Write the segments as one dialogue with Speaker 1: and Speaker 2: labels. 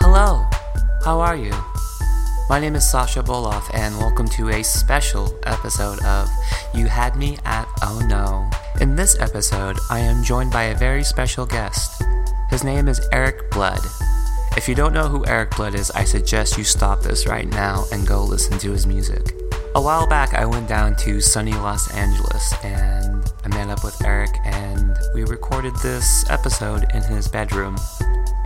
Speaker 1: Hello, how are you? My name is Sasha Boloff, and welcome to a special episode of You Had Me at Oh No. In this episode, I am joined by a very special guest. His name is Eric Blood. If you don't know who Eric Blood is, I suggest you stop this right now and go listen to his music. A while back, I went down to sunny Los Angeles and I met up with Eric, and we recorded this episode in his bedroom.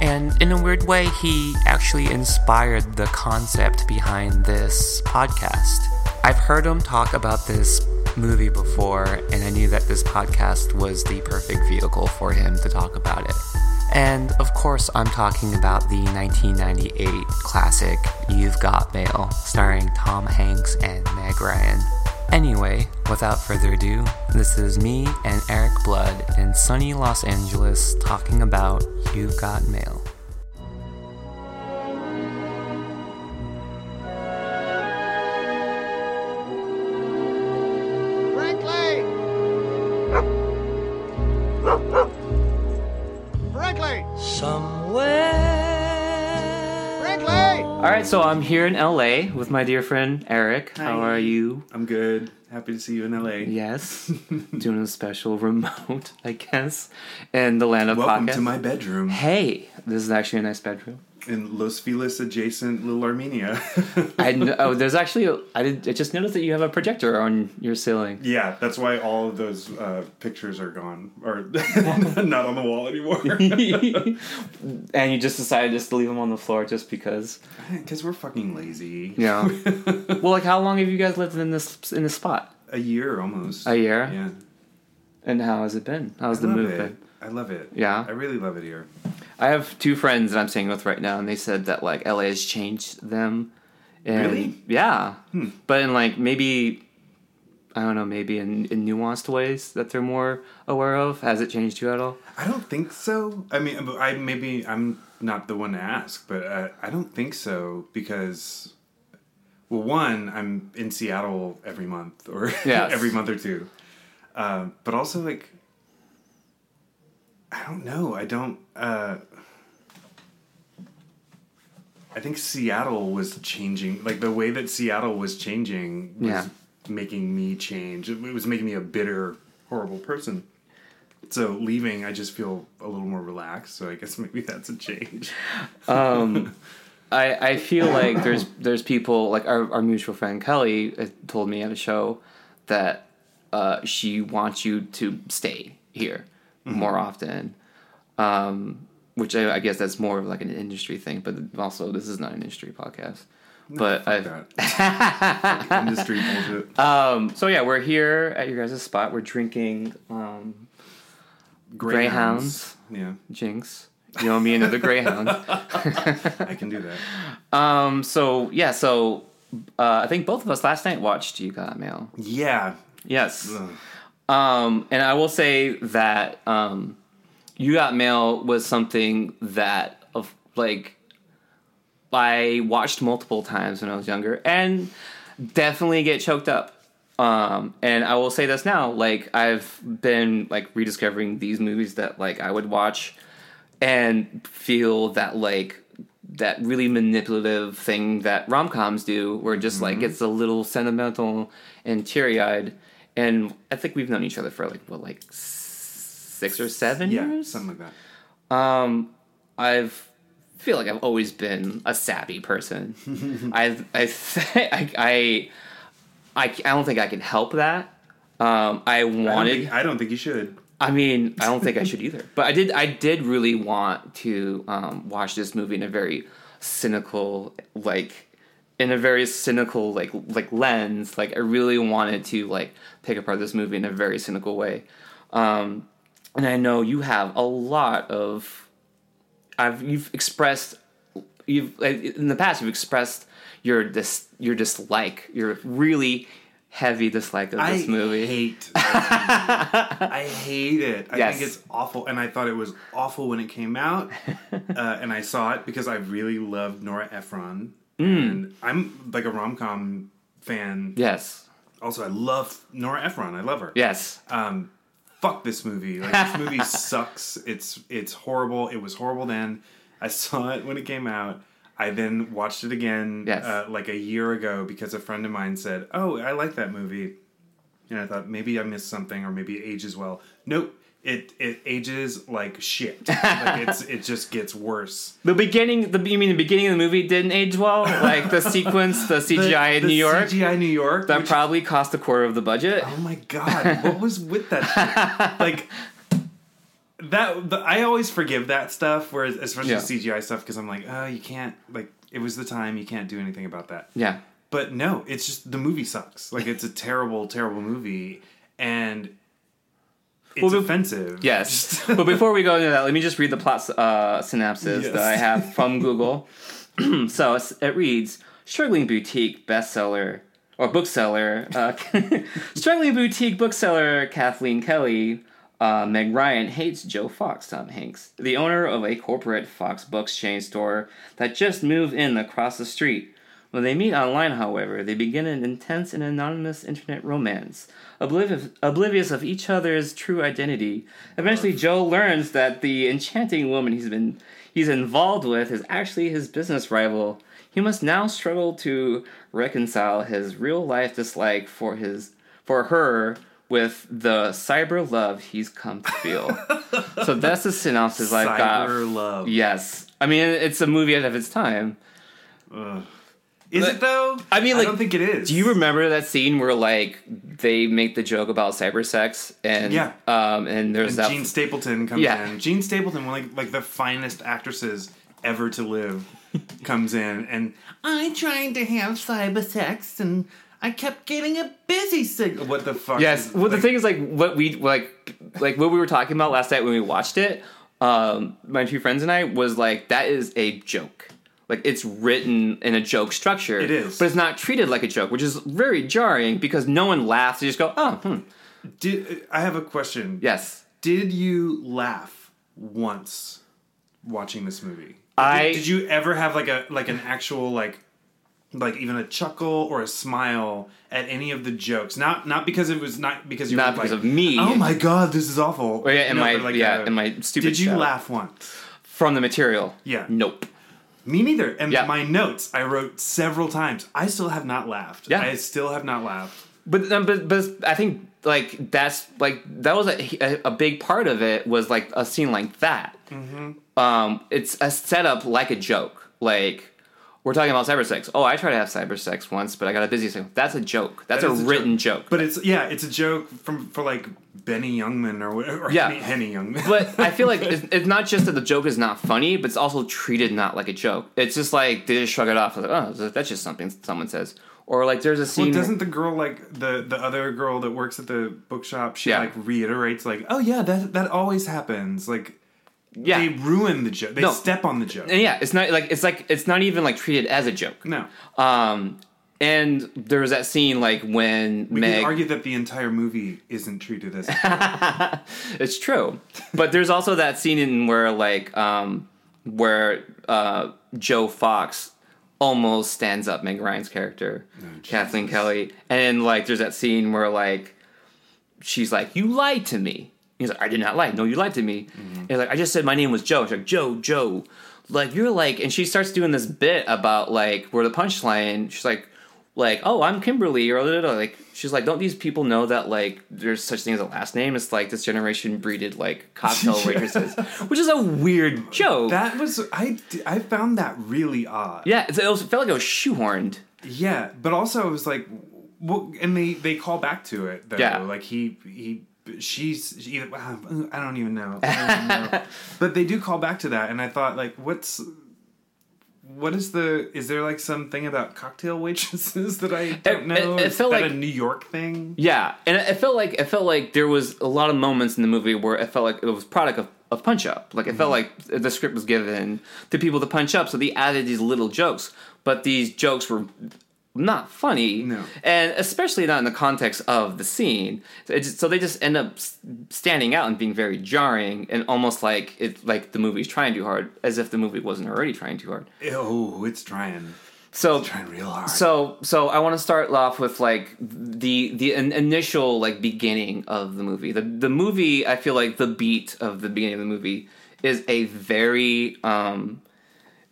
Speaker 1: And in a weird way, he actually inspired the concept behind this podcast. I've heard him talk about this movie before, and I knew that this podcast was the perfect vehicle for him to talk about it. And of course, I'm talking about the 1998 classic You've Got Mail, starring Tom Hanks and Meg Ryan. Anyway, without further ado, this is me and Eric Blood in sunny Los Angeles talking about You've Got Mail.
Speaker 2: Brinkley! Brinkley!
Speaker 3: Somewhere.
Speaker 2: Brinkley!
Speaker 1: All right, so I'm here in LA with my dear friend Eric. How
Speaker 3: Hi.
Speaker 1: are you?
Speaker 4: I'm good. Happy to see you in LA.
Speaker 1: Yes, doing a special remote, I guess, in the land of
Speaker 4: Welcome
Speaker 1: podcasts.
Speaker 4: to my bedroom
Speaker 1: Hey, this is actually a nice bedroom.
Speaker 4: in Los Feliz adjacent Little Armenia.
Speaker 1: I kn- oh, there's actually a, I did I just noticed that you have a projector on your ceiling.
Speaker 4: yeah, that's why all of those uh, pictures are gone or not on the wall anymore.
Speaker 1: and you just decided just to leave them on the floor just because.
Speaker 4: Because we're fucking lazy.
Speaker 1: Yeah. well, like how long have you guys lived in this in this spot?
Speaker 4: A year almost.
Speaker 1: A year?
Speaker 4: Yeah.
Speaker 1: And how has it been? How's the
Speaker 4: I love
Speaker 1: move
Speaker 4: it.
Speaker 1: been?
Speaker 4: I love it.
Speaker 1: Yeah?
Speaker 4: I really love it here.
Speaker 1: I have two friends that I'm staying with right now, and they said that like LA has changed them. And,
Speaker 4: Really?
Speaker 1: Yeah. But in like maybe I don't know, maybe in, in nuanced ways that they're more aware of. Has it changed you at all?
Speaker 4: I don't think so. I mean, I maybe I'm not the one to ask, but uh, I don't think so because, well, one, I'm in Seattle every month or
Speaker 1: Yes.
Speaker 4: every month or two, um, but also like, I don't know. I don't. Uh, I think Seattle was changing, like the way that Seattle was changing was
Speaker 1: Yeah.
Speaker 4: making me change. It was making me a bitter, horrible person. So leaving, I just feel a little more relaxed. So I guess maybe that's a change.
Speaker 1: I, I feel like there's there's people like our, our mutual friend Kelly uh, told me at a show that uh, she wants you to stay here more often, um, which I, I guess that's more of like an industry thing. But also, this is not an industry podcast. But I
Speaker 4: That industry bullshit.
Speaker 1: um so yeah, we're here at your guys' spot. We're drinking um, Greyhounds.
Speaker 4: Yeah,
Speaker 1: Jinx. You owe me another Greyhound.
Speaker 4: I can do that.
Speaker 1: Um. So yeah. So uh, I think both of us last night watched You Got Mail.
Speaker 4: Yeah.
Speaker 1: Yes.
Speaker 4: Ugh.
Speaker 1: Um, and I will say that um, You Got Mail was something that of like I watched multiple times when I was younger and definitely get choked up. Um, and I will say this now, like I've been like rediscovering these movies that like I would watch and feel that like that really manipulative thing that rom coms do, where it just like gets a little sentimental and teary eyed. And I think we've known each other for like what, like s- six or seven
Speaker 4: Yeah,
Speaker 1: years?
Speaker 4: something like that.
Speaker 1: Um, I've feel like I've always been a savvy person. I've I, I I I I don't think I can help that. Um, I
Speaker 4: I don't,
Speaker 1: wanted. I,
Speaker 4: think, I don't think you should.
Speaker 1: mean, I don't think I should either. But I did. I did really want to um, watch this movie in a very cynical, like, in a very cynical, like, like lens. Like, I really wanted to like pick apart this movie in a very cynical way. Um, and I know you have a lot of I've you've expressed you've like, in the past you've expressed your dis your dislike your really heavy dislike of this
Speaker 4: I
Speaker 1: movie.
Speaker 4: hate. that movie. I hate it. I
Speaker 1: Yes.
Speaker 4: think it's awful, and I thought it was awful when it came out, uh, and I saw it because I really loved Nora Ephron,
Speaker 1: Hmm.
Speaker 4: and I'm like a rom com fan.
Speaker 1: yes,
Speaker 4: Also, I love Nora Ephron. I love her.
Speaker 1: yes,
Speaker 4: um, fuck this movie. Like this movie sucks. It's it's horrible. It was horrible then. I saw it when it came out. I then watched it again
Speaker 2: Yes.
Speaker 4: uh, like a year ago because a friend of mine said, "Oh, I like that movie," and I thought maybe I missed something or maybe it ages well. Nope, it it ages like shit. like it's it just gets worse.
Speaker 2: The beginning, the you mean the beginning of the movie didn't age well? Like the sequence, the
Speaker 4: The-
Speaker 2: CGI in
Speaker 4: the
Speaker 2: New York,
Speaker 4: CGI New York.
Speaker 2: that
Speaker 4: which-
Speaker 2: probably cost a quarter of the budget.
Speaker 4: oh my god, what was with that? Shit? Like. That the, I always forgive that stuff, whereas especially
Speaker 2: Yeah.
Speaker 4: CGI stuff, because I'm like, oh, you can't like it was the time, you can't do anything about that.
Speaker 2: Yeah,
Speaker 4: But no, it's just the movie sucks. Like it's a terrible, terrible movie, and it's
Speaker 2: Well, be-
Speaker 4: offensive.
Speaker 2: yes. but before we go into that, let me just read the plot uh, synopsis
Speaker 4: Yes.
Speaker 2: that I have from Google. so it's- it reads: struggling boutique bestseller or bookseller, uh, struggling boutique bookseller Kathleen Kelly. Uh, Meg Ryan hates Joe Fox, Tom Hanks, the owner of a corporate Fox Books chain store that just moved in across the street. When they meet online, however, they begin an intense and anonymous internet romance, oblivious, oblivious of each other's true identity. Eventually, Joe learns that the enchanting woman he's been he's involved with is actually his business rival. He must now struggle to reconcile his real life dislike for his for her with the cyber love he's come to feel. so that's the synopsis I've got.
Speaker 4: Cyber love.
Speaker 2: Yes, I mean it's a movie out of its time.
Speaker 4: Is
Speaker 2: Like-
Speaker 4: it though?
Speaker 2: I mean, like,
Speaker 4: I don't think it is.
Speaker 2: Do you remember that scene where like they make the joke about cyber sex and
Speaker 4: Yeah.
Speaker 2: um and there's that
Speaker 4: Gene Stapleton comes
Speaker 2: Yeah.
Speaker 4: in. Gene Stapleton, one of like like the finest actresses ever to live, comes in and I tried to have cyber sex and I kept getting a busy signal. What the fuck?
Speaker 2: yes
Speaker 4: is-
Speaker 2: well the
Speaker 4: like,
Speaker 2: thing is like what we like like what we were talking about last night when we watched it um my two friends and I was like that is a joke like it's written in a joke structure it
Speaker 4: is.
Speaker 2: but it's not treated like a joke which is very jarring because no one laughs you just go oh hmm.
Speaker 4: Did, I have a question.
Speaker 2: yes
Speaker 4: Did you laugh once watching this movie? Did-
Speaker 2: I-
Speaker 4: did you ever have like a like an actual like like even a chuckle or a smile at any of the jokes? Not not because it was not because you
Speaker 2: Not
Speaker 4: were
Speaker 2: because
Speaker 4: like,
Speaker 2: of me.
Speaker 4: Oh my god, this is awful.
Speaker 2: yeah, and
Speaker 4: No,
Speaker 2: my
Speaker 4: but like
Speaker 2: yeah
Speaker 4: a-
Speaker 2: and my stupid
Speaker 4: Did you
Speaker 2: shout.
Speaker 4: laugh once?
Speaker 2: from the material
Speaker 4: Yeah.
Speaker 2: nope
Speaker 4: Me neither. And
Speaker 2: Yeah.
Speaker 4: my notes I wrote several times. I still have not laughed.
Speaker 2: Yeah.
Speaker 4: I still have not laughed.
Speaker 2: But um, but but I think like that's like that was a, a, a big part of it was like a scene like that.
Speaker 4: Mm-hmm.
Speaker 2: Um, it's a setup like a joke. Like we're talking about cyber sex. Oh, I tried to have cyber sex once, but I got a busy sex. That's a joke. That's
Speaker 4: That
Speaker 2: a
Speaker 4: is a
Speaker 2: written joke.
Speaker 4: But it's yeah, it's a joke from for like Benny Youngman or whatever.
Speaker 2: Yeah.
Speaker 4: Henny, Henny Youngman.
Speaker 2: But I feel like it's, it's not just that the joke is not funny, but it's also treated not like a joke. It's just like they just shrug it off. Like, oh, that's just something someone says. Or like there's a scene.
Speaker 4: Well, doesn't the girl like the the other girl that works at the bookshop? She
Speaker 2: Yeah.
Speaker 4: like reiterates like, "Oh yeah, that that always happens." Like
Speaker 2: yeah.
Speaker 4: they ruin the joke. They
Speaker 2: No.
Speaker 4: step on the joke.
Speaker 2: and yeah, it's not like it's like it's not even like treated as a joke.
Speaker 4: no,
Speaker 2: Um, and there was that scene like when
Speaker 4: you
Speaker 2: Meg. Oh.
Speaker 4: could argue that the entire movie isn't treated as. a-
Speaker 2: it's true, but there's also that scene in where like um, where uh, Joe Fox almost stands up Meg Ryan's character, Kathleen Kelly, and like there's that scene where like she's like, "You lied to me." He's like, "I did not lie. No, you lied to me." And he's like, "I just said my name was Joe." She's like, "Joe, Joe." Like you're like, and she starts doing this bit about like where the punchline. She's like, like, "Oh, I'm Kimberly," or da, da, da. like she's like, "Don't these people know that like there's such thing as a last name?" It's like this generation breeded like cocktail
Speaker 4: Yeah.
Speaker 2: waitresses, which is a weird joke.
Speaker 4: that was I d- I found that really odd.
Speaker 2: yeah, it's- it was, felt like it was shoehorned.
Speaker 4: Yeah, but also it was like, well, and they they call back to it though.
Speaker 2: Yeah.
Speaker 4: Like he he she's she, wow, I don't even know. I don't even know. but they do call back to that, and I thought like, what's what is the is there like something about cocktail waitresses that I don't
Speaker 2: It-
Speaker 4: know?
Speaker 2: it- it
Speaker 4: Is
Speaker 2: felt
Speaker 4: that
Speaker 2: like-
Speaker 4: a New York thing.
Speaker 2: Yeah, and it it felt like it felt like there was a lot of moments in the movie where it felt like it was product of, of punch up. Like it felt like the script was given to people to punch up, so they added these little jokes, but these jokes were not funny,
Speaker 4: No.
Speaker 2: and especially not in the context of the scene. So, it just, so they just end up s- standing out and being very jarring, and almost like it like the movie's trying too hard, as if the movie wasn't already trying too hard.
Speaker 4: Oh, it's trying,
Speaker 2: So
Speaker 4: trying real hard.
Speaker 2: so so I want to start off with like the the in- initial like beginning of the movie. The the movie I feel like the beat of the beginning of the movie is a very um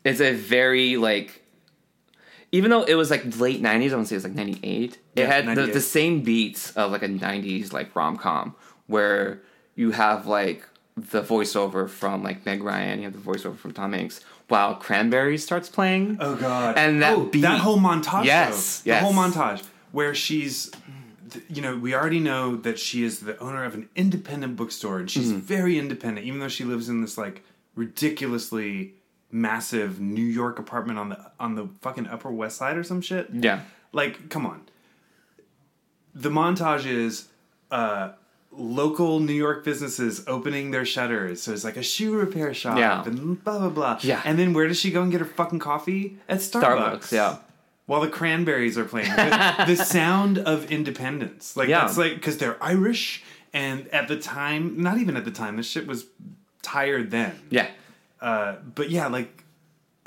Speaker 2: It's a very like, even though it was like late '90s, I want to say it was like '98.
Speaker 4: Yeah,
Speaker 2: it had the, the
Speaker 4: 98.
Speaker 2: same beats of like a '90s like rom com where you have like the voiceover from like Meg Ryan, you have the voiceover from Tom Hanks, while Cranberries starts playing.
Speaker 4: Oh God!
Speaker 2: And that
Speaker 4: oh,
Speaker 2: beat-
Speaker 4: that whole montage.
Speaker 2: Yes,
Speaker 4: though.
Speaker 2: yes.
Speaker 4: the whole montage where she's, th- you know, we already know that she is the owner of an independent bookstore, and
Speaker 2: Mm-hmm.
Speaker 4: she's very independent, even though she lives in this like ridiculously massive New York apartment on the on the fucking Upper West Side or some shit.
Speaker 2: Yeah.
Speaker 4: Like, come on. The montage is uh, local New York businesses opening their shutters. So it's like a shoe repair shop
Speaker 2: Yeah.
Speaker 4: and blah, blah, blah.
Speaker 2: Yeah.
Speaker 4: And then where does she go and get her fucking coffee? At Starbucks.
Speaker 2: Starbucks, yeah.
Speaker 4: While the cranberries are playing. The, the sound of independence. Like,
Speaker 2: Yeah.
Speaker 4: that's like, because they're Irish. And at the time, not even at the time, this shit was tired then.
Speaker 2: Yeah.
Speaker 4: Uh, but yeah, like,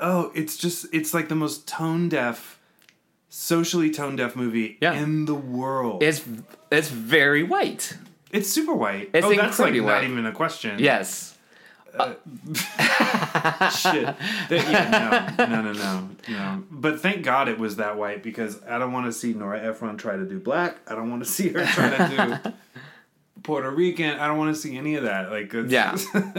Speaker 4: oh, it's just, it's like the most tone deaf, socially tone deaf movie
Speaker 2: Yeah.
Speaker 4: in the world.
Speaker 2: It's it's very white.
Speaker 4: It's super white.
Speaker 2: It's
Speaker 4: oh, that's like
Speaker 2: incredibly
Speaker 4: not
Speaker 2: white.
Speaker 4: even a question.
Speaker 2: Yes.
Speaker 4: Shit. That- yeah, no, no, no, no, no. But thank God it was that white because I don't want to see Nora Ephron try to do black. I don't want to see her try to do Puerto Rican. I don't want to see any of that. Like, it's-
Speaker 2: Yeah.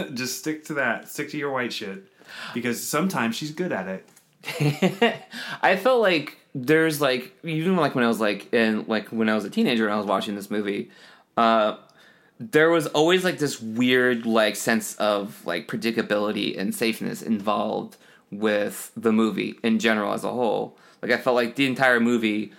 Speaker 4: just stick to that. Stick to your white shit because sometimes she's good at it.
Speaker 2: I felt like there's like even like when I was like in like when I was a teenager and I was watching this movie, uh, there was always like this weird like sense of like predictability and safeness involved with the movie in general as a whole. Like I felt like the entire movie,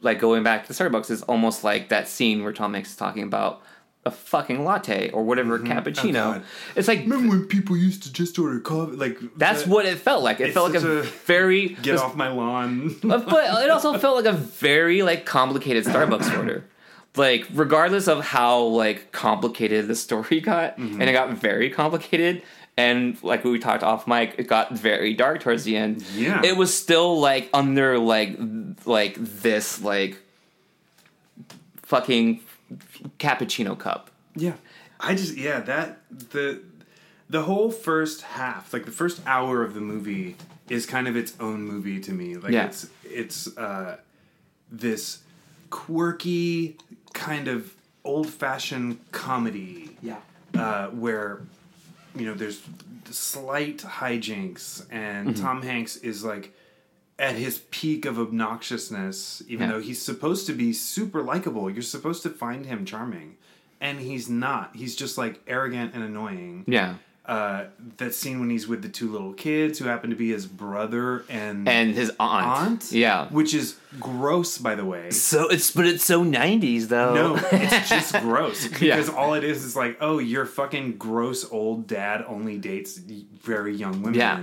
Speaker 2: like going back to Starbucks, is almost like that scene where Tom Hanks is talking about a fucking latte or whatever cappuccino.
Speaker 4: God.
Speaker 2: it's like
Speaker 4: Remember when people used to just order coffee? Like
Speaker 2: that's
Speaker 4: uh,
Speaker 2: what it felt like. It felt like
Speaker 4: such
Speaker 2: a,
Speaker 4: a-
Speaker 2: very
Speaker 4: Get off my lawn.
Speaker 2: but but it also felt like a very like complicated Starbucks order. Like regardless of how like complicated the story got,
Speaker 4: Mm-hmm.
Speaker 2: and it got very complicated, and like we talked off mic, it got very dark towards the end.
Speaker 4: Yeah.
Speaker 2: it was still like under like th- like this like fucking cappuccino cup.
Speaker 4: Yeah. I just yeah, that the the whole first half, like the first hour of the movie is kind of its own movie to me. Like
Speaker 2: Yeah.
Speaker 4: it's it's uh this quirky kind of old-fashioned comedy uh, where you know there's slight hijinks and
Speaker 2: Mm-hmm.
Speaker 4: Tom Hanks is like at his peak of obnoxiousness, even
Speaker 2: Yeah.
Speaker 4: though he's supposed to be super likable. You're supposed to find him charming, and he's not. He's just like arrogant and annoying.
Speaker 2: yeah,
Speaker 4: Uh, that scene when he's with the two little kids who happen to be his brother and
Speaker 2: and his aunt.
Speaker 4: aunt,
Speaker 2: yeah.
Speaker 4: which is gross, by the way.
Speaker 2: So it's but it's so nineties though.
Speaker 4: No, it's just gross because all it is is like, oh, your fucking gross old dad only dates very young women
Speaker 2: Yeah.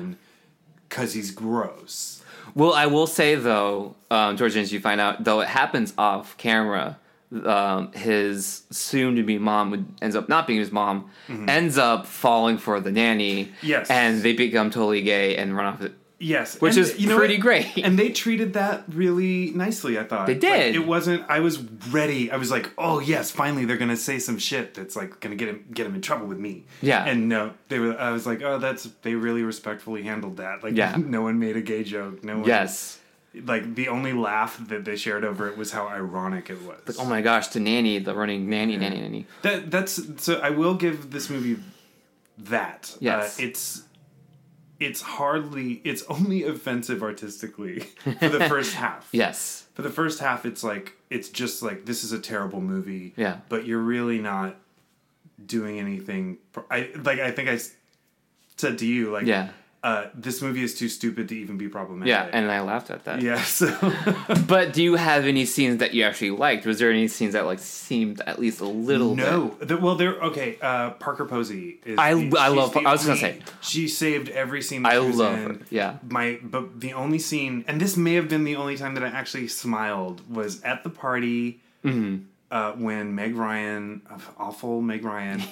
Speaker 4: because he's gross.
Speaker 2: Well, I will say though, um, George, as you find out, though it happens off camera, um, his soon to be mom would, ends up not being his mom, ends up falling for the nanny.
Speaker 4: Mm-hmm. Yes.
Speaker 2: And they become totally gay and run off. The,
Speaker 4: Yes,
Speaker 2: Which
Speaker 4: and
Speaker 2: is
Speaker 4: you know
Speaker 2: pretty
Speaker 4: what?
Speaker 2: great.
Speaker 4: And they treated that really nicely. I thought
Speaker 2: They did.
Speaker 4: Like, it wasn't. I was ready. I was like, oh yes, finally they're gonna say some shit that's like gonna get him get him in trouble with me.
Speaker 2: Yeah.
Speaker 4: And no, they were. I was like, oh, that's they really respectfully handled that. Like,
Speaker 2: Yeah.
Speaker 4: no one made a gay joke. No one.
Speaker 2: yes.
Speaker 4: Like the only laugh that they shared over it was how ironic it was.
Speaker 2: Oh my gosh, the nanny, the running nanny, nanny, nanny.
Speaker 4: That that's so. I will give this movie that.
Speaker 2: Yes.
Speaker 4: uh, it's it's hardly it's only offensive artistically for the first half.
Speaker 2: Yes.
Speaker 4: For the first half, it's like it's just like this is a terrible movie.
Speaker 2: Yeah.
Speaker 4: But you're really not doing anything. pr- I like. I think I s- said to you like.
Speaker 2: Yeah.
Speaker 4: Uh, this movie is too stupid to even be problematic.
Speaker 2: Yeah, and I laughed at that.
Speaker 4: yeah. So.
Speaker 2: But do you have any scenes that you actually liked? Was there any scenes that like seemed at least a little bit?
Speaker 4: No, The- well, they're okay. Uh, Parker Posey is.
Speaker 2: I- I
Speaker 4: she's
Speaker 2: love
Speaker 4: the
Speaker 2: Par- I was gonna
Speaker 4: only-
Speaker 2: say.
Speaker 4: she saved every scene. That
Speaker 2: I
Speaker 4: she was
Speaker 2: love
Speaker 4: in.
Speaker 2: her, yeah.
Speaker 4: my but the only scene, and this may have been the only time that I actually smiled was at the party
Speaker 2: Mm-hmm.
Speaker 4: uh, when Meg Ryan, awful Meg Ryan,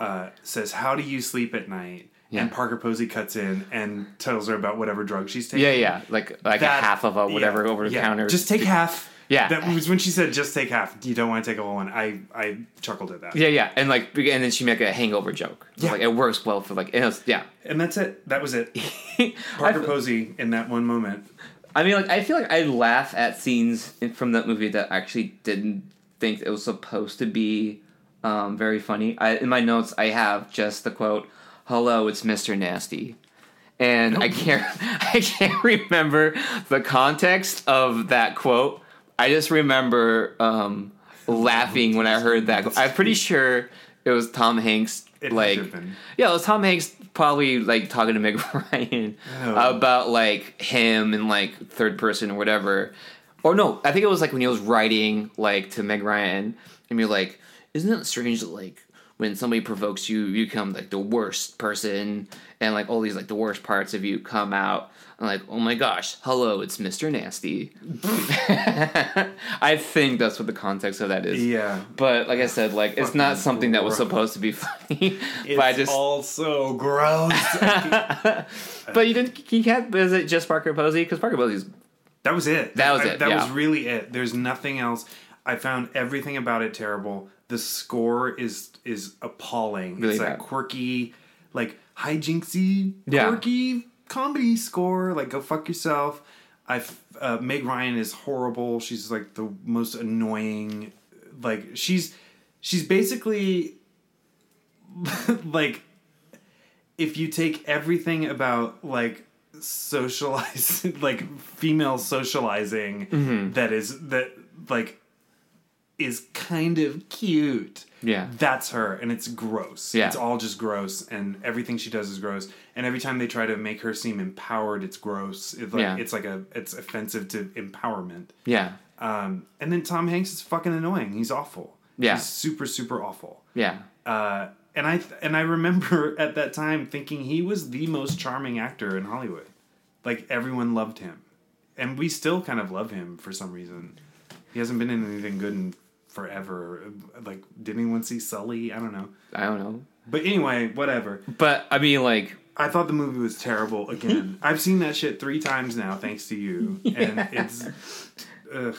Speaker 4: uh, says, "How do you sleep at night?" And
Speaker 2: Yeah.
Speaker 4: Parker Posey cuts in and tells her about whatever drug she's taking.
Speaker 2: Yeah, yeah. Like like a
Speaker 4: That-
Speaker 2: half of a whatever
Speaker 4: yeah,
Speaker 2: over the
Speaker 4: yeah.
Speaker 2: counter.
Speaker 4: Just take half.
Speaker 2: Yeah.
Speaker 4: That was when she said, "Just take half. You don't want to take a whole one." I I chuckled at that.
Speaker 2: Yeah, yeah, and like, and then she make a hangover joke.
Speaker 4: Yeah.
Speaker 2: like it works well for like, it was, yeah.
Speaker 4: And that's it. That was it.
Speaker 2: I
Speaker 4: Parker
Speaker 2: feel-
Speaker 4: Posey in that one moment.
Speaker 2: I mean, like, I feel like I laugh at scenes in- from that movie that I actually didn't think it was supposed to be um, very funny. I, in my notes, I have just the quote, "Hello, it's Mister Nasty," and I can't, I can't remember the context of that quote. I just remember um, laughing when I heard that. I'm pretty sure it was Tom Hanks.
Speaker 4: It had to
Speaker 2: like,
Speaker 4: have been.
Speaker 2: yeah, it was Tom Hanks probably like talking to Meg Ryan
Speaker 4: Oh.
Speaker 2: about like him and like third person or whatever. Or no, I think it was like when he was writing like to Meg Ryan and you're like, isn't it strange that like when somebody provokes you, you become like the worst person and like all these like the worst parts of you come out and like, oh my gosh, hello, it's Mr. Nasty. I think that's what the context of that is.
Speaker 4: Yeah.
Speaker 2: But like I said, like it's not something that was supposed to be funny.
Speaker 4: It's
Speaker 2: but I just
Speaker 4: all so gross.
Speaker 2: But you didn't. You can't. Is it just Parker Posey? Because Parker Posey's.
Speaker 4: that was it.
Speaker 2: That was
Speaker 4: I-
Speaker 2: it,
Speaker 4: That
Speaker 2: yeah.
Speaker 4: was really it. There's nothing else. I found everything about it terrible. The score is is appalling.
Speaker 2: Really
Speaker 4: it's that
Speaker 2: bad.
Speaker 4: quirky, like hijinksy,
Speaker 2: Yeah.
Speaker 4: quirky comedy score. Like go fuck yourself. I f- uh, Meg Ryan is horrible. She's like the most annoying. Like she's she's basically like if you take everything about like socializing like female socializing
Speaker 2: Mm-hmm.
Speaker 4: that is that like is kind of cute
Speaker 2: Yeah.
Speaker 4: that's her and it's gross
Speaker 2: Yeah.
Speaker 4: it's all just gross and everything she does is gross and every time they try to make her seem empowered it's gross it's like
Speaker 2: Yeah.
Speaker 4: it's like a it's offensive to empowerment
Speaker 2: Yeah.
Speaker 4: um and then tom hanks is fucking annoying he's awful
Speaker 2: Yeah.
Speaker 4: he's super super awful
Speaker 2: Yeah.
Speaker 4: uh, and I and I remember at that time thinking he was the most charming actor in Hollywood. Like everyone loved him, and we still kind of love him for some reason. He hasn't been in anything good in forever. Like, did anyone see Sully? I don't know.
Speaker 2: I don't know.
Speaker 4: But anyway, whatever.
Speaker 2: But I mean, like,
Speaker 4: I thought the movie was terrible again. I've seen that shit three times now, thanks to you. And it's ugh.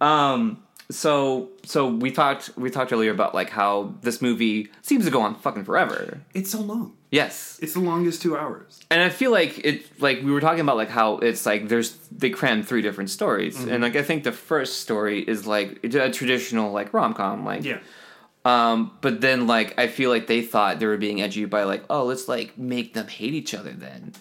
Speaker 2: um. So so we talked we talked earlier about like how this movie seems to go on fucking forever.
Speaker 4: It's so long.
Speaker 2: Yes.
Speaker 4: It's the longest two hours.
Speaker 2: And I feel like it like we were talking about like how it's like there's they cram three different stories and like I think the first story is like a traditional like rom com like
Speaker 4: Yeah.
Speaker 2: Um, but then like I feel like they thought they were being edgy by like, oh, let's like make them hate each other then.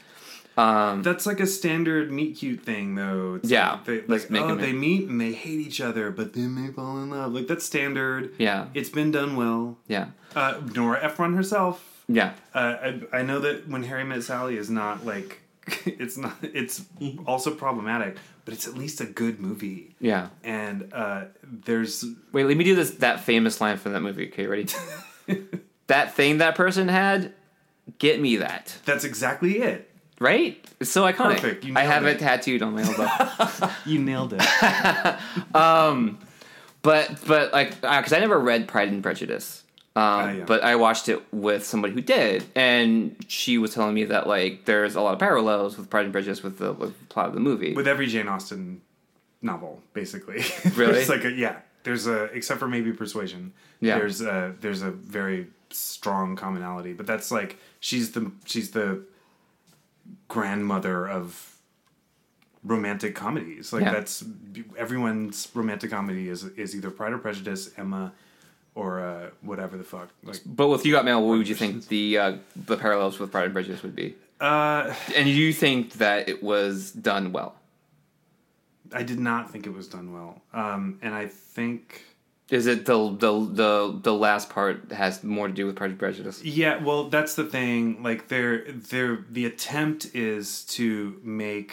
Speaker 2: Um,
Speaker 4: That's like a standard meet cute thing, though. It's
Speaker 2: Yeah,
Speaker 4: like they,
Speaker 2: let's
Speaker 4: like,
Speaker 2: make
Speaker 4: oh,
Speaker 2: 'em-
Speaker 4: they meet and they hate each other, but then they fall in love. Like that's standard.
Speaker 2: yeah,
Speaker 4: it's been done well.
Speaker 2: yeah,
Speaker 4: Uh, Nora Ephron herself.
Speaker 2: yeah,
Speaker 4: Uh, I, I know that when Harry met Sally is not like it's not. It's also problematic, but it's at least a good movie.
Speaker 2: yeah.
Speaker 4: And uh, there's
Speaker 2: Wait, let me do this. That famous line from that movie. Okay, ready? that thing that person had, get me that.
Speaker 4: that's exactly it.
Speaker 2: Right? It's so iconic.
Speaker 4: Perfect, you
Speaker 2: I
Speaker 4: nailed
Speaker 2: have
Speaker 4: it.
Speaker 2: it tattooed on my elbow.
Speaker 4: You nailed it.
Speaker 2: But but like because I never read Pride and Prejudice, um,
Speaker 4: Ah, yeah.
Speaker 2: but I watched it with somebody who did, and she was telling me that like there's a lot of parallels with Pride and Prejudice with the, with the plot of the movie.
Speaker 4: with every Jane Austen novel, basically.
Speaker 2: Really?
Speaker 4: there's like a, yeah. There's a except for maybe Persuasion.
Speaker 2: Yeah.
Speaker 4: There's a there's a very strong commonality, but that's like she's the she's the grandmother of romantic comedies. Like
Speaker 2: Yeah.
Speaker 4: that's everyone's romantic comedy is is either Pride or Prejudice, Emma, or uh, whatever the fuck. Like
Speaker 2: but with You Got Mail, what would you think the uh, the parallels with Pride and Prejudice would be?
Speaker 4: uh,
Speaker 2: And do you think that it was done well?
Speaker 4: I did not think it was done well, um, and I think.
Speaker 2: Is it the the the the last part has more to do with Pride and Prejudice?
Speaker 4: Yeah, well, that's the thing. Like, they're, they're, the attempt is to make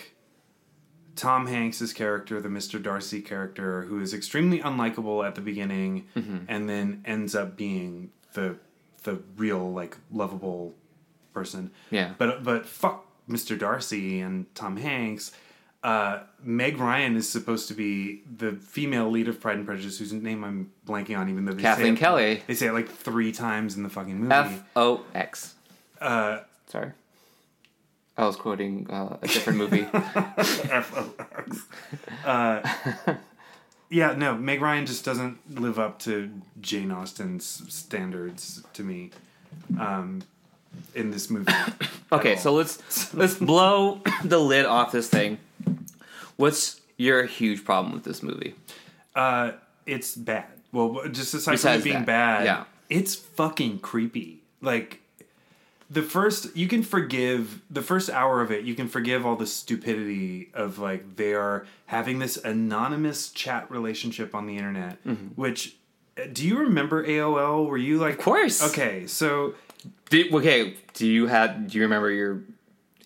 Speaker 4: Tom Hanks's character, the Mr. Darcy character, who is extremely unlikable at the beginning
Speaker 2: Mm-hmm.
Speaker 4: and then ends up being the the real like lovable person.
Speaker 2: Yeah.
Speaker 4: But but fuck Mr. Darcy and Tom Hanks. Uh, Meg Ryan is supposed to be the female lead of Pride and Prejudice, whose name I'm blanking on, even though they say
Speaker 2: Kathleen
Speaker 4: it-
Speaker 2: Kelly.
Speaker 4: They say it like three times in the fucking movie.
Speaker 2: F O X. Uh, sorry, I was quoting uh, a different movie.
Speaker 4: yeah, no, Meg Ryan just doesn't live up to Jane Austen's standards to me um, in this movie.
Speaker 2: Okay, so let's let's blow the lid off this thing. What's your huge problem with this movie?
Speaker 4: uh, it's bad. Well, just aside from
Speaker 2: Besides
Speaker 4: it being
Speaker 2: that,
Speaker 4: bad,
Speaker 2: yeah.
Speaker 4: it's fucking creepy. Like the first, you can forgive the first hour of it. You can forgive all the stupidity of like they are having this anonymous chat relationship on the internet.
Speaker 2: Mm-hmm.
Speaker 4: Which uh, do you remember AOL? Were you like, of
Speaker 2: course.
Speaker 4: Okay, so
Speaker 2: Do, okay, do you have do you remember your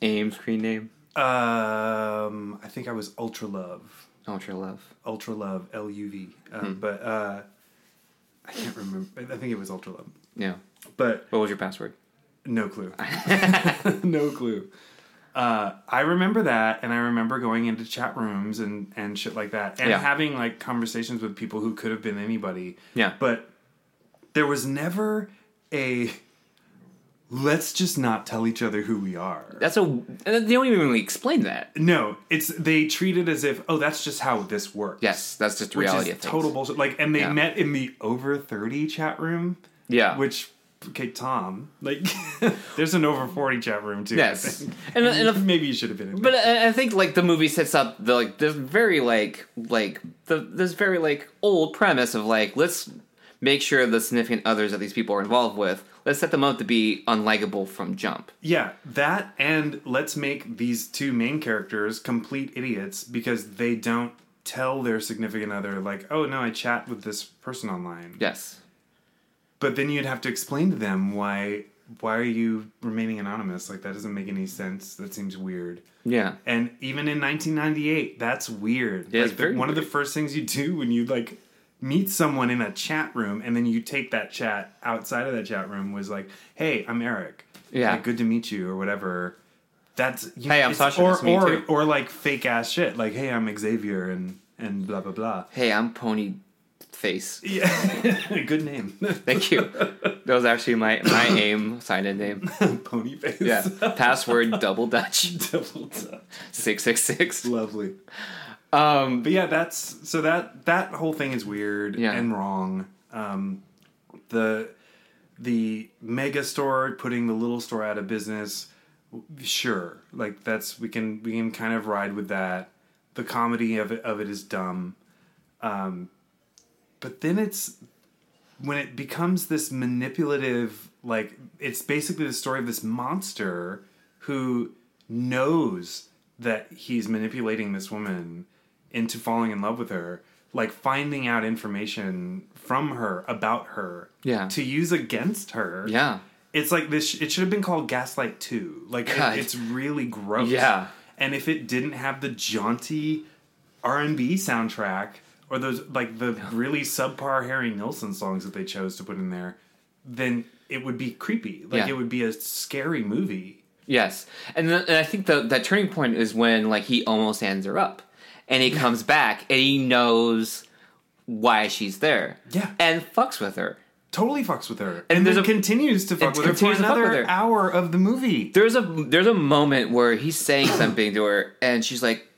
Speaker 2: AIM screen name?
Speaker 4: um, I think I was Ultra Love.
Speaker 2: Ultra Love.
Speaker 4: Ultra Love L U V,
Speaker 2: Hmm.
Speaker 4: um, but uh, I can't remember. I think it was Ultra Love,
Speaker 2: Yeah.
Speaker 4: but
Speaker 2: What was your password?
Speaker 4: no clue, no clue. Uh, I remember that, and I remember going into chat rooms and and shit like that, and
Speaker 2: Yeah.
Speaker 4: having like conversations with people who could have been anybody.
Speaker 2: Yeah.
Speaker 4: but there was never a let's just not tell each other who we are.
Speaker 2: That's a they don't even really explain that.
Speaker 4: no, it's they treat it as if oh that's just how this works.
Speaker 2: Yes, that's just
Speaker 4: which
Speaker 2: reality
Speaker 4: is
Speaker 2: of things.
Speaker 4: total bullshit. Like, and they
Speaker 2: Yeah.
Speaker 4: met in the over thirty chat room.
Speaker 2: yeah.
Speaker 4: Which, okay, Tom, like, there's an over forty chat room too. I
Speaker 2: yes.
Speaker 4: think.
Speaker 2: And, and a
Speaker 4: maybe you should have been in.
Speaker 2: But
Speaker 4: there.
Speaker 2: I I think like the movie sets up the like this very like like the this very like old premise of like let's make sure the significant others that these people are involved with let's set them up to be unlikable from jump.
Speaker 4: yeah, that and let's make these two main characters complete idiots because they don't tell their significant other like, oh no, I chat with this person online.
Speaker 2: Yes.
Speaker 4: But then you'd have to explain to them why why are you remaining anonymous? Like that doesn't make any sense. That seems weird.
Speaker 2: Yeah.
Speaker 4: And even in 1998, that's weird.
Speaker 2: Yeah, it's
Speaker 4: like
Speaker 2: very
Speaker 4: the, one of the
Speaker 2: weird.
Speaker 4: first things you do when you like meet someone in a chat room and then you take that chat outside of that chat room was like, "Hey, I'm Eric.
Speaker 2: Yeah.
Speaker 4: Like, good to meet you" or whatever. That's you
Speaker 2: Hey, I'm
Speaker 4: it's-
Speaker 2: Sasha,
Speaker 4: Or
Speaker 2: nice to meet
Speaker 4: or,
Speaker 2: you.
Speaker 4: or like fake ass shit. Like, "Hey, I'm Xavier," and and blah blah blah.
Speaker 2: Hey, I'm Pony Face.
Speaker 4: Yeah, good name.
Speaker 2: Thank you. that was actually my my aim sign in name.
Speaker 4: Pony face.
Speaker 2: Yeah. Password double dutch
Speaker 4: Double touch.
Speaker 2: six six six.
Speaker 4: Lovely.
Speaker 2: Um.
Speaker 4: But yeah, that's so that that whole thing is weird
Speaker 2: Yeah.
Speaker 4: and wrong. Um, the the mega store putting the little store out of business, sure, like that's we can we can kind of ride with that. The comedy of it, of it is dumb, um, but then it's when it becomes this manipulative like it's basically the story of this monster who knows that he's manipulating this woman into falling in love with her like finding out information from her about her
Speaker 2: Yeah.
Speaker 4: to use against her
Speaker 2: Yeah.
Speaker 4: it's like this it should have been called gaslight 2 like it-
Speaker 2: God.
Speaker 4: it's really gross
Speaker 2: Yeah.
Speaker 4: and if it didn't have the jaunty r&b soundtrack or those like the really subpar harry nilsson songs that they chose to put in there then it would be creepy like
Speaker 2: Yeah.
Speaker 4: it would be a scary movie
Speaker 2: Yes, and, then, and I think the that turning point is when like he almost hands her up, and he comes back and he knows why she's there.
Speaker 4: Yeah.
Speaker 2: and fucks with her.
Speaker 4: totally fucks with her
Speaker 2: And
Speaker 4: and,
Speaker 2: there's
Speaker 4: then
Speaker 2: a-
Speaker 4: continues to fuck
Speaker 2: it
Speaker 4: with her for
Speaker 2: continues to fuck
Speaker 4: another
Speaker 2: with her.
Speaker 4: hour of the movie
Speaker 2: There's a there's a moment where he's saying something to her, and she's like,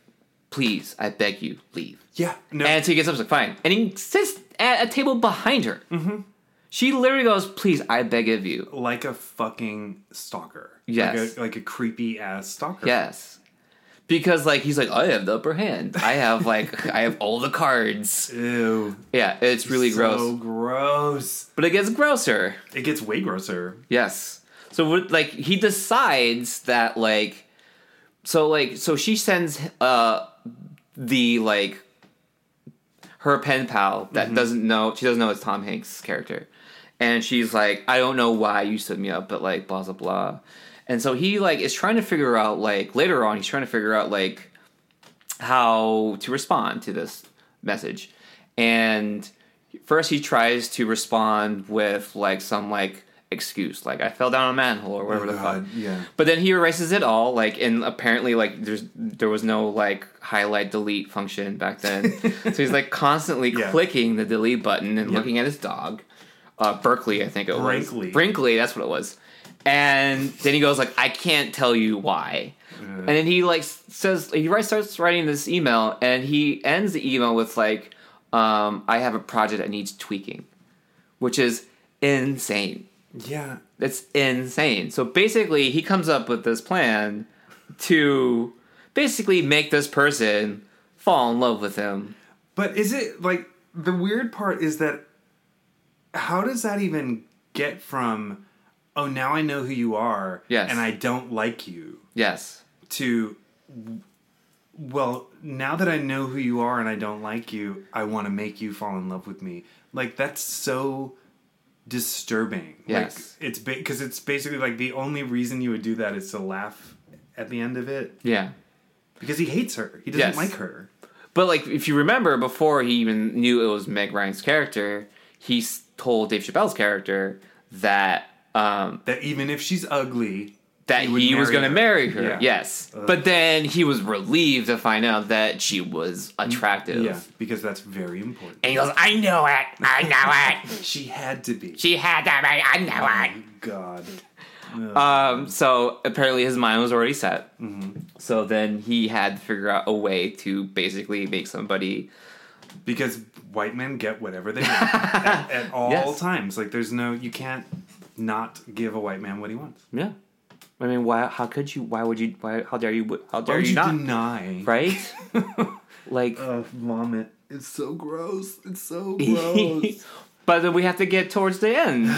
Speaker 2: "Please, I beg you, leave."
Speaker 4: yeah no
Speaker 2: And so he gets up, he's like, "Fine," and he sits at a table behind her. Mm-hmm. She literally goes, "Please, I beg of you."
Speaker 4: like a fucking stalker
Speaker 2: Yes.
Speaker 4: like a, like a creepy ass stalker
Speaker 2: Yes. Because like he's like I have the upper hand. I have like I have all the cards.
Speaker 4: ew
Speaker 2: Yeah, it's really
Speaker 4: so
Speaker 2: gross.
Speaker 4: gross
Speaker 2: But it gets grosser.
Speaker 4: it gets way grosser
Speaker 2: Yes. So what- like he decides that like so like so she sends uh the like her pen pal that
Speaker 4: Mm-hmm.
Speaker 2: doesn't know she doesn't know it's Tom Hanks' character. And she's like, I don't know why you stood me up, but like blah blah blah. And so he like is trying to figure out like later on he's trying to figure out like how to respond to this message. And first he tries to respond with like some like excuse, like I fell down a manhole or whatever the
Speaker 4: Oh, God,
Speaker 2: fuck.
Speaker 4: yeah.
Speaker 2: But then he erases it all, like and apparently like there's there was no like highlight delete function back then. so he's like constantly
Speaker 4: Yeah.
Speaker 2: clicking the delete button and looking at his dog. Uh, Berkeley, I think it
Speaker 4: Brinkley.
Speaker 2: was. Brinkley, that's what it was. And then he goes like, I can't tell you why. And then he like says he writes starts writing this email and he ends the email with like, um, I have a project that needs tweaking, which is insane.
Speaker 4: Yeah.
Speaker 2: That's insane. So basically, he comes up with this plan to basically make this person fall in love with him.
Speaker 4: But is it like the weird part is that how does that even get from oh now I know who you are
Speaker 2: Yes.
Speaker 4: and I don't like you
Speaker 2: Yes.
Speaker 4: to well now that I know who you are and I don't like you I want to make you fall in love with me like that's so disturbing
Speaker 2: Yes.
Speaker 4: like it's because it's basically like the only reason you would do that is to laugh at the end of it
Speaker 2: Yeah.
Speaker 4: because he hates her he doesn't
Speaker 2: Yes.
Speaker 4: like her
Speaker 2: But like, if you remember, before he even knew it was Meg Ryan's character, he s- told Dave Chappelle's character that um,
Speaker 4: that even if she's ugly
Speaker 2: that
Speaker 4: would
Speaker 2: he, was
Speaker 4: marry
Speaker 2: going to
Speaker 4: her.
Speaker 2: marry her.
Speaker 4: Yeah. Uh.
Speaker 2: Yes. But then he was relieved to find out that she was attractive.
Speaker 4: Mm, yeah because that's very important
Speaker 2: And he goes, "I know it. I know it.
Speaker 4: She had to be. Oh
Speaker 2: she had that right. I know it."
Speaker 4: God.
Speaker 2: Um, so apparently his mind was already set. So then he had to figure out a way to basically make somebody.
Speaker 4: Because white men get whatever they want at, at all
Speaker 2: Yes.
Speaker 4: times. Like, there's no, you can't not give a white man what he wants.
Speaker 2: Yeah. I mean, why? How could you? Why would you? Why? How dare you? How
Speaker 4: Why
Speaker 2: dare
Speaker 4: would
Speaker 2: you,
Speaker 4: you
Speaker 2: not?
Speaker 4: deny?
Speaker 2: Right? like,
Speaker 4: Uh, vomit. It's so gross. It's so
Speaker 2: but then we have to get towards the end.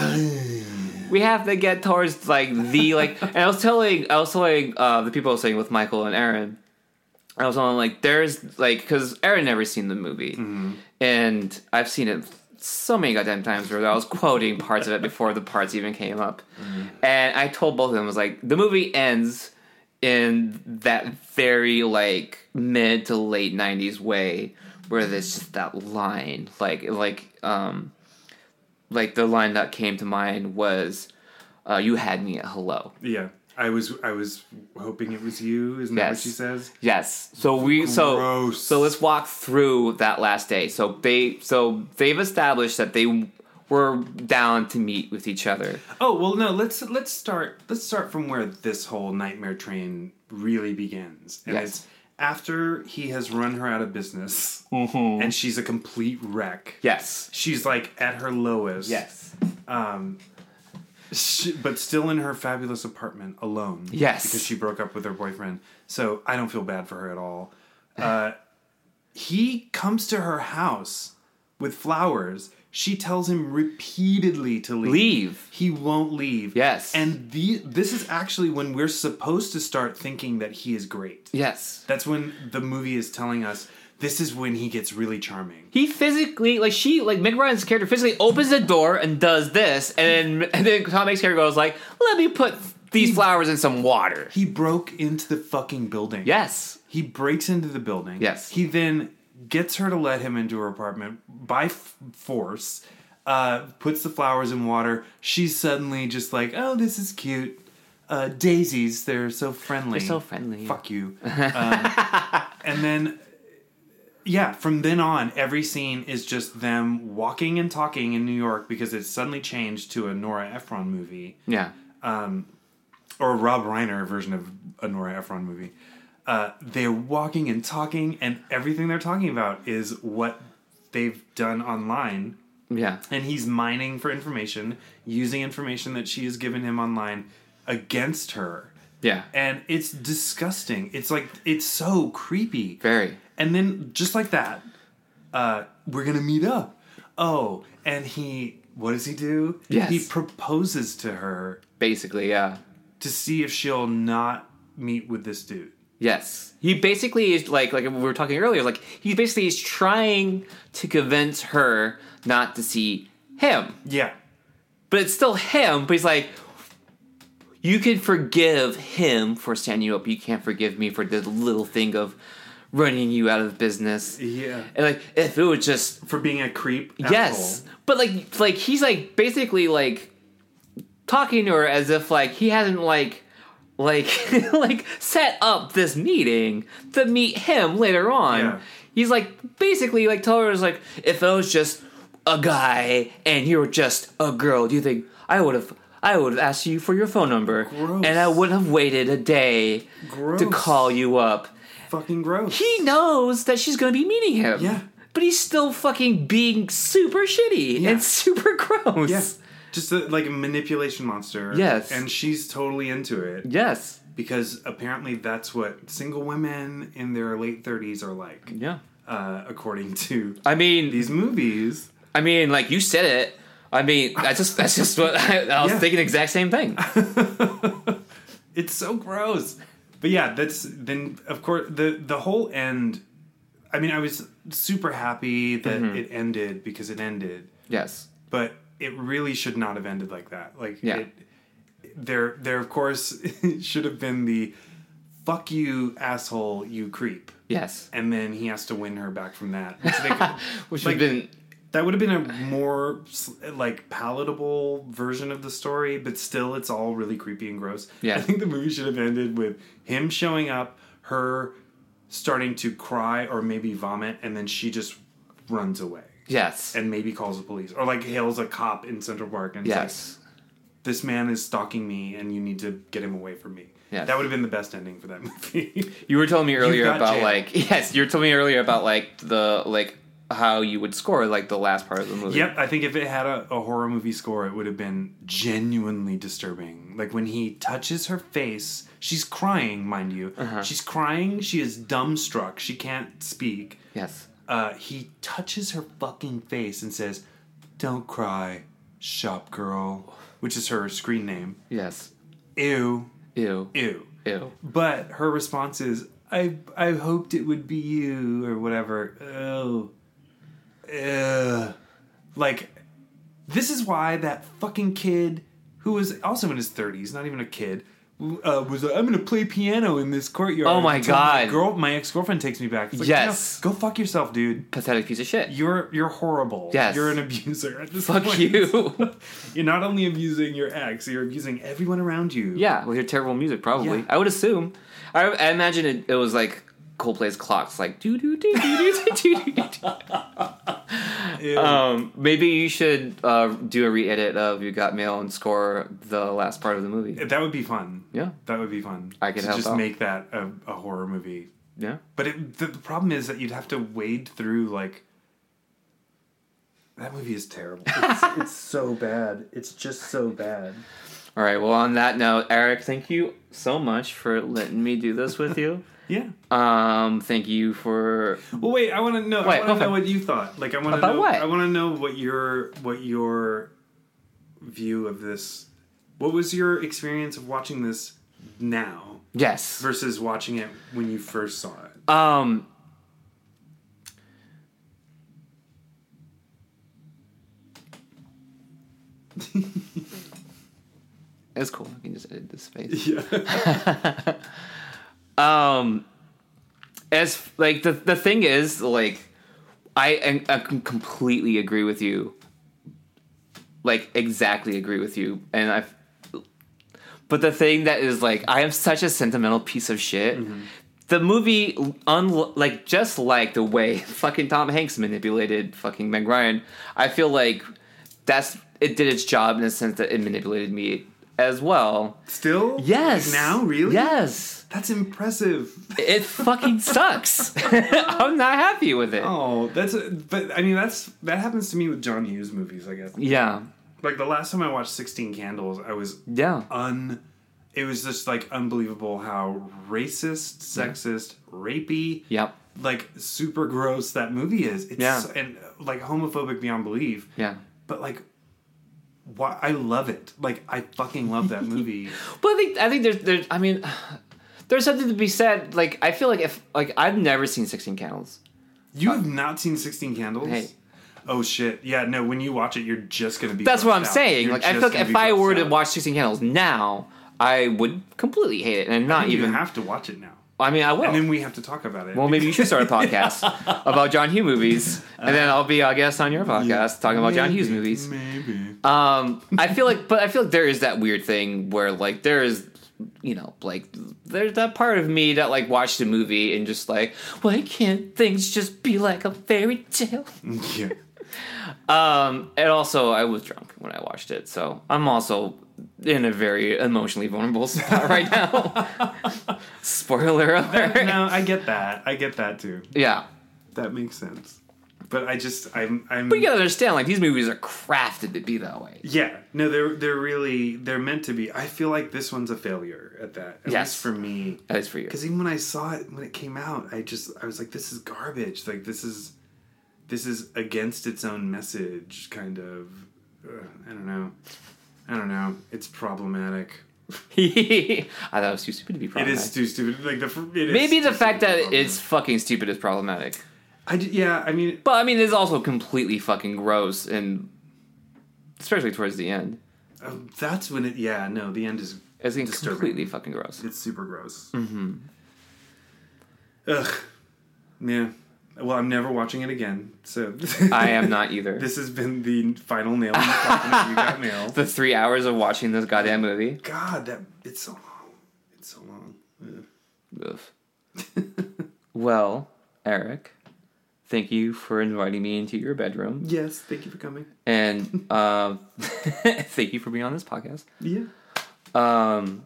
Speaker 2: we have to get towards like the like. And I was telling, I was telling uh, the people I was saying with Michael and Aaron. I was on like there's like because Aaron never seen the movie, and I've seen it so many goddamn times where I was quoting parts of it before the parts even came up, and I told both of them I was like the movie ends in that very like mid to late '90s way where there's just that line like like um like the line that came to mind was uh, you had me at hello
Speaker 4: yeah. I was I was hoping it was you. Isn't that what
Speaker 2: Yes.
Speaker 4: she says?
Speaker 2: Yes. So we so
Speaker 4: Gross.
Speaker 2: so let's walk through that last day. So they so they've established that they were down to meet with each other.
Speaker 4: Oh well, no. Let's let's start let's start from where this whole nightmare train really begins, and
Speaker 2: Yes.
Speaker 4: it's after he has run her out of business, and she's a complete wreck.
Speaker 2: Yes.
Speaker 4: She's like at her lowest. She, but still in her fabulous apartment alone.
Speaker 2: Yes.
Speaker 4: Because she broke up with her boyfriend. So I don't feel bad for her at all. Uh, he comes to her house with flowers. She tells him repeatedly to leave.
Speaker 2: Leave.
Speaker 4: He won't leave.
Speaker 2: Yes.
Speaker 4: And the, this is actually when we're supposed to start thinking that he is great.
Speaker 2: Yes.
Speaker 4: That's when the movie is telling us this is when he gets really charming.
Speaker 2: He physically like she like Meg Ryan's character physically opens the door and does this and then and then Tom Hanks' character goes like, "Let me put these flowers in some water."
Speaker 4: He broke into the fucking building.
Speaker 2: Yes.
Speaker 4: He breaks into the building.
Speaker 2: Yes.
Speaker 4: He then gets her to let him into her apartment by f- force, uh, puts the flowers in water. She's suddenly just like, oh, this is cute. Uh, daisies, they're so friendly.
Speaker 2: They're so friendly.
Speaker 4: Fuck you. um, and then, yeah, from then on, every scene is just them walking and talking in New York because it's suddenly changed to a Nora Ephron movie
Speaker 2: Yeah.
Speaker 4: or a Rob Reiner version of a Nora Ephron movie. Uh, they're walking and talking, and everything they're talking about is what they've done online.
Speaker 2: Yeah.
Speaker 4: And he's mining for information, using information that she has given him online against her.
Speaker 2: Yeah.
Speaker 4: And it's disgusting. It's like, it's so creepy.
Speaker 2: Very.
Speaker 4: And then just like that, uh, we're gonna meet up. Oh, and he, what does he do?
Speaker 2: Yes.
Speaker 4: He proposes to her
Speaker 2: Basically, yeah.
Speaker 4: to see if she'll not meet with this dude.
Speaker 2: Yes, he basically is like like we were talking earlier. Like he basically is trying to convince her not to see him,
Speaker 4: Yeah.
Speaker 2: but it's still him. But he's like, you can forgive him for standing you up. You can't forgive me for the little thing of running you out of business.
Speaker 4: Yeah.
Speaker 2: And like if it was just
Speaker 4: For being a creep.
Speaker 2: yes, but like like he's like basically like talking to her as if like he hasn't like like like set up this meeting to meet him later on.
Speaker 4: Yeah.
Speaker 2: He's like basically like telling her is like if I was just a guy and you were just a girl, do you think I would have I would have asked you for your phone number
Speaker 4: Gross.
Speaker 2: and I would have waited a day
Speaker 4: Gross.
Speaker 2: to call you up.
Speaker 4: Fucking gross.
Speaker 2: He knows that she's going to be meeting him.
Speaker 4: yeah.
Speaker 2: but he's still fucking being super shitty
Speaker 4: Yeah.
Speaker 2: and super gross.
Speaker 4: Yeah. Just a, like a manipulation monster.
Speaker 2: Yes.
Speaker 4: And she's totally into it
Speaker 2: Yes.
Speaker 4: because apparently that's what single women in their late 30s are like,
Speaker 2: Yeah.
Speaker 4: uh, according to
Speaker 2: I mean,
Speaker 4: these movies.
Speaker 2: I mean, like you said it. I mean, that's just that's just what I, I was
Speaker 4: Yeah.
Speaker 2: thinking. The exact same thing.
Speaker 4: It's so gross. But yeah, that's then of course the the whole end I mean, I was super happy that
Speaker 2: Mm-hmm.
Speaker 4: it ended because it ended.
Speaker 2: Yes.
Speaker 4: but it really should not have ended like that. Like
Speaker 2: Yeah.
Speaker 4: it, there there of course should have been the fuck you asshole you creep.
Speaker 2: Yes.
Speaker 4: And then he has to win her back from that. Which they could-
Speaker 2: Which
Speaker 4: Like-
Speaker 2: we've been.
Speaker 4: that would have been a more s- like palatable version of the story, but still it's all really creepy and gross.
Speaker 2: Yeah.
Speaker 4: I think the movie should have ended with him showing up, her starting to cry or maybe vomit and then she just runs away
Speaker 2: Yes.
Speaker 4: and maybe calls the police or like hails a cop in Central Park and is
Speaker 2: Yes.
Speaker 4: like, this man is stalking me and you need to get him away from me.
Speaker 2: Yes.
Speaker 4: That would have been the best ending for that movie.
Speaker 2: You were telling me earlier
Speaker 4: got
Speaker 2: about
Speaker 4: jail.
Speaker 2: like yes, you were telling me earlier about like the like how you would score like the last part of the movie.
Speaker 4: yep, I think if it had a, a horror movie score, it would have been genuinely disturbing. Like when he touches her face, she's crying, mind you.
Speaker 2: Uh-huh.
Speaker 4: She's crying, she is dumbstruck, she can't speak.
Speaker 2: Yes.
Speaker 4: Uh, he touches her fucking face and says, Don't cry, shop girl, which is her screen name.
Speaker 2: Yes.
Speaker 4: Ew,
Speaker 2: Ew.
Speaker 4: ew.
Speaker 2: Ew.
Speaker 4: But her response is, "I I hoped it would be you or whatever." Oh, Ugh. like this is why that fucking kid who was also in his thirties, not even a kid, uh, was like, "I'm gonna play piano in this courtyard."
Speaker 2: Oh my
Speaker 4: until
Speaker 2: God.
Speaker 4: My girl, my ex girlfriend takes me back. It's like,
Speaker 2: Yes.
Speaker 4: no, go fuck yourself, dude.
Speaker 2: Pathetic piece of shit.
Speaker 4: You're you're horrible.
Speaker 2: Yes.
Speaker 4: you're an abuser. At this
Speaker 2: Fuck
Speaker 4: point.
Speaker 2: you.
Speaker 4: You're not only abusing your ex, you're abusing everyone around you.
Speaker 2: yeah, with your terrible music, probably.
Speaker 4: Yeah.
Speaker 2: I would assume. I, I imagine it, it was like Coldplay's clocks, like doo doo doo doo doo doo doo. doo.
Speaker 4: Ew.
Speaker 2: Um, maybe you should uh, do a re-edit of "You Got Mail" and score the last part of the movie.
Speaker 4: That would be fun.
Speaker 2: Yeah,
Speaker 4: That would be fun.
Speaker 2: I could
Speaker 4: to
Speaker 2: help
Speaker 4: just
Speaker 2: out.
Speaker 4: make that a, a horror movie.
Speaker 2: yeah,
Speaker 4: But it, the, the problem is that you'd have to wade through like. That movie is terrible. It's, it's so bad. It's just so bad.
Speaker 2: All right. Well, on that note, Eric, thank you so much for letting me do this with you.
Speaker 4: Yeah.
Speaker 2: Um, thank you for
Speaker 4: Well, wait. I want to know.
Speaker 2: Wait,
Speaker 4: I want to
Speaker 2: okay.
Speaker 4: know what you thought. Like, I want to
Speaker 2: About
Speaker 4: know.
Speaker 2: what?
Speaker 4: I want to know what your what your view of this. What was your experience of watching this now
Speaker 2: yes.
Speaker 4: versus watching it when you first saw it?
Speaker 2: Um, it's cool. I can just edit this space.
Speaker 4: Yeah.
Speaker 2: um as like the the thing is like I I can completely agree with you like exactly agree with you and I but the thing that is like I am such a sentimental piece of shit the movie un- like just like the way fucking Tom Hanks manipulated fucking Meg Ryan I feel like that's it did its job in the sense that it manipulated me as well
Speaker 4: Still.
Speaker 2: yes
Speaker 4: Now, really?
Speaker 2: yes
Speaker 4: That's impressive.
Speaker 2: it fucking sucks. I'm not happy with it.
Speaker 4: Oh, that's a, but I mean that's that happens to me with John Hughes movies, I guess.
Speaker 2: Yeah,
Speaker 4: Like the last time I watched Sixteen Candles, I was
Speaker 2: yeah,
Speaker 4: un. It was just like unbelievable how racist, sexist, rapey,
Speaker 2: yep,
Speaker 4: like super gross that movie is. It's
Speaker 2: Yeah.
Speaker 4: so- and uh, like homophobic beyond belief.
Speaker 2: yeah.
Speaker 4: But like, why I love it. Like I fucking love that movie.
Speaker 2: But I think I think there's there's I mean, there's something to be said. Like I feel like if like I've never seen Sixteen Candles.
Speaker 4: you have not seen Sixteen Candles.
Speaker 2: Hey.
Speaker 4: Oh shit! Yeah, no. When you watch it, you're just gonna be.
Speaker 2: That's what
Speaker 4: grossed
Speaker 2: I'm
Speaker 4: out.
Speaker 2: saying.
Speaker 4: You're
Speaker 2: Like I
Speaker 4: just
Speaker 2: feel like
Speaker 4: gonna
Speaker 2: if
Speaker 4: be
Speaker 2: I
Speaker 4: grossed
Speaker 2: were to
Speaker 4: out.
Speaker 2: watch Sixteen Candles now, I would completely hate it and not
Speaker 4: you
Speaker 2: even.
Speaker 4: have to watch it now.
Speaker 2: I mean, I will.
Speaker 4: And then we have to talk about it.
Speaker 2: well, maybe you should start a podcast about John Hughes movies, and then I'll be a guest on your podcast talking about John Hughes movies.
Speaker 4: Maybe.
Speaker 2: Um, I feel like, but I feel like there is that weird thing where like there is, you know, like there's that part of me that like watched a movie and just like, why can't things just be like a fairy tale?
Speaker 4: yeah.
Speaker 2: Um, and also I was drunk when I watched it, so I'm also in a very emotionally vulnerable spot right now. Spoiler alert.
Speaker 4: No, I get that. I get that too.
Speaker 2: Yeah.
Speaker 4: That makes sense. But I just I'm I'm
Speaker 2: But you gotta understand, like these movies are crafted to be that way.
Speaker 4: yeah no they're they're really they're meant to be. I feel like this one's a failure at that. At
Speaker 2: Yes.
Speaker 4: least for me.
Speaker 2: At least for you.
Speaker 4: Because even when I saw it when it came out, I just I was like, this is garbage. Like this is this is against its own message, kind of. Ugh, I don't know. I don't know. It's problematic.
Speaker 2: I thought it was too stupid to be
Speaker 4: It
Speaker 2: problematic.
Speaker 4: is too stupid. Like the fr- it is
Speaker 2: Maybe the
Speaker 4: too
Speaker 2: fact
Speaker 4: stupid
Speaker 2: that
Speaker 4: to be
Speaker 2: it's fucking stupid is problematic.
Speaker 4: problematic. I d- yeah. I mean,
Speaker 2: But I mean, it's also completely fucking gross, and especially towards the end,
Speaker 4: uh, that's when it. Yeah. No, the end is
Speaker 2: it's getting
Speaker 4: Disturbing.
Speaker 2: completely fucking gross.
Speaker 4: it's super gross. Mm-hmm. Ugh. Yeah. Well, I'm never watching it again. So
Speaker 2: I am not either.
Speaker 4: This has been the final nail in the coffin of you got mail.
Speaker 2: the three hours of watching this goddamn movie.
Speaker 4: God, that it's so long. It's so long. Ugh.
Speaker 2: Ugh. well, Eric, thank you for inviting me into your bedroom,
Speaker 4: Yes, thank you for coming.
Speaker 2: and uh, thank you for being on this podcast.
Speaker 4: Yeah.
Speaker 2: Um,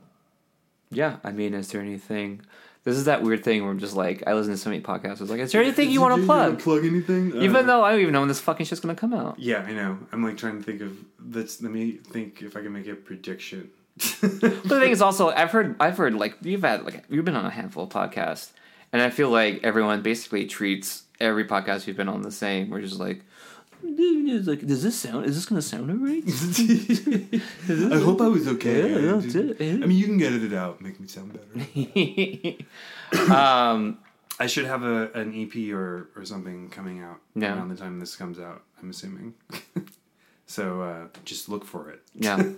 Speaker 2: yeah, I mean, is there anything? This is that weird thing where I'm just like, I listen to so many podcasts. I was like, is there anything you want to plug?
Speaker 4: Plug anything?
Speaker 2: Even
Speaker 4: Uh,
Speaker 2: though I don't even know when this fucking shit's gonna come out.
Speaker 4: Yeah, I know. I'm like trying to think of. Let's let me think if I can make a prediction.
Speaker 2: But the thing is also, I've heard, I've heard like you've had like you've been on a handful of podcasts, and I feel like everyone basically treats every podcast you've been on the same. We're just like, like, does this sound? Is this gonna sound alright?
Speaker 4: I hope I was okay.
Speaker 2: Yeah,
Speaker 4: I,
Speaker 2: that's it.
Speaker 4: I mean, you can edit it out, make me sound better.
Speaker 2: um,
Speaker 4: I should have a an EP or or something coming out
Speaker 2: No.
Speaker 4: around the time this comes out. I'm assuming. so uh, just look for it.
Speaker 2: no,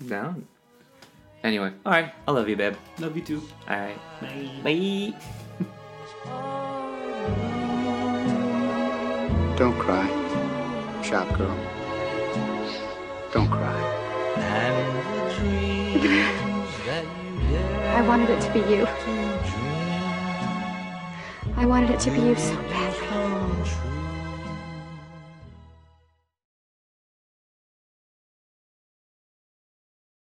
Speaker 2: no. Anyway, all right. I love you, babe.
Speaker 4: Love you too.
Speaker 2: All right, bye.
Speaker 3: Don't cry, shop girl. Don't cry.
Speaker 5: I wanted it to be you. I wanted it to be you so badly.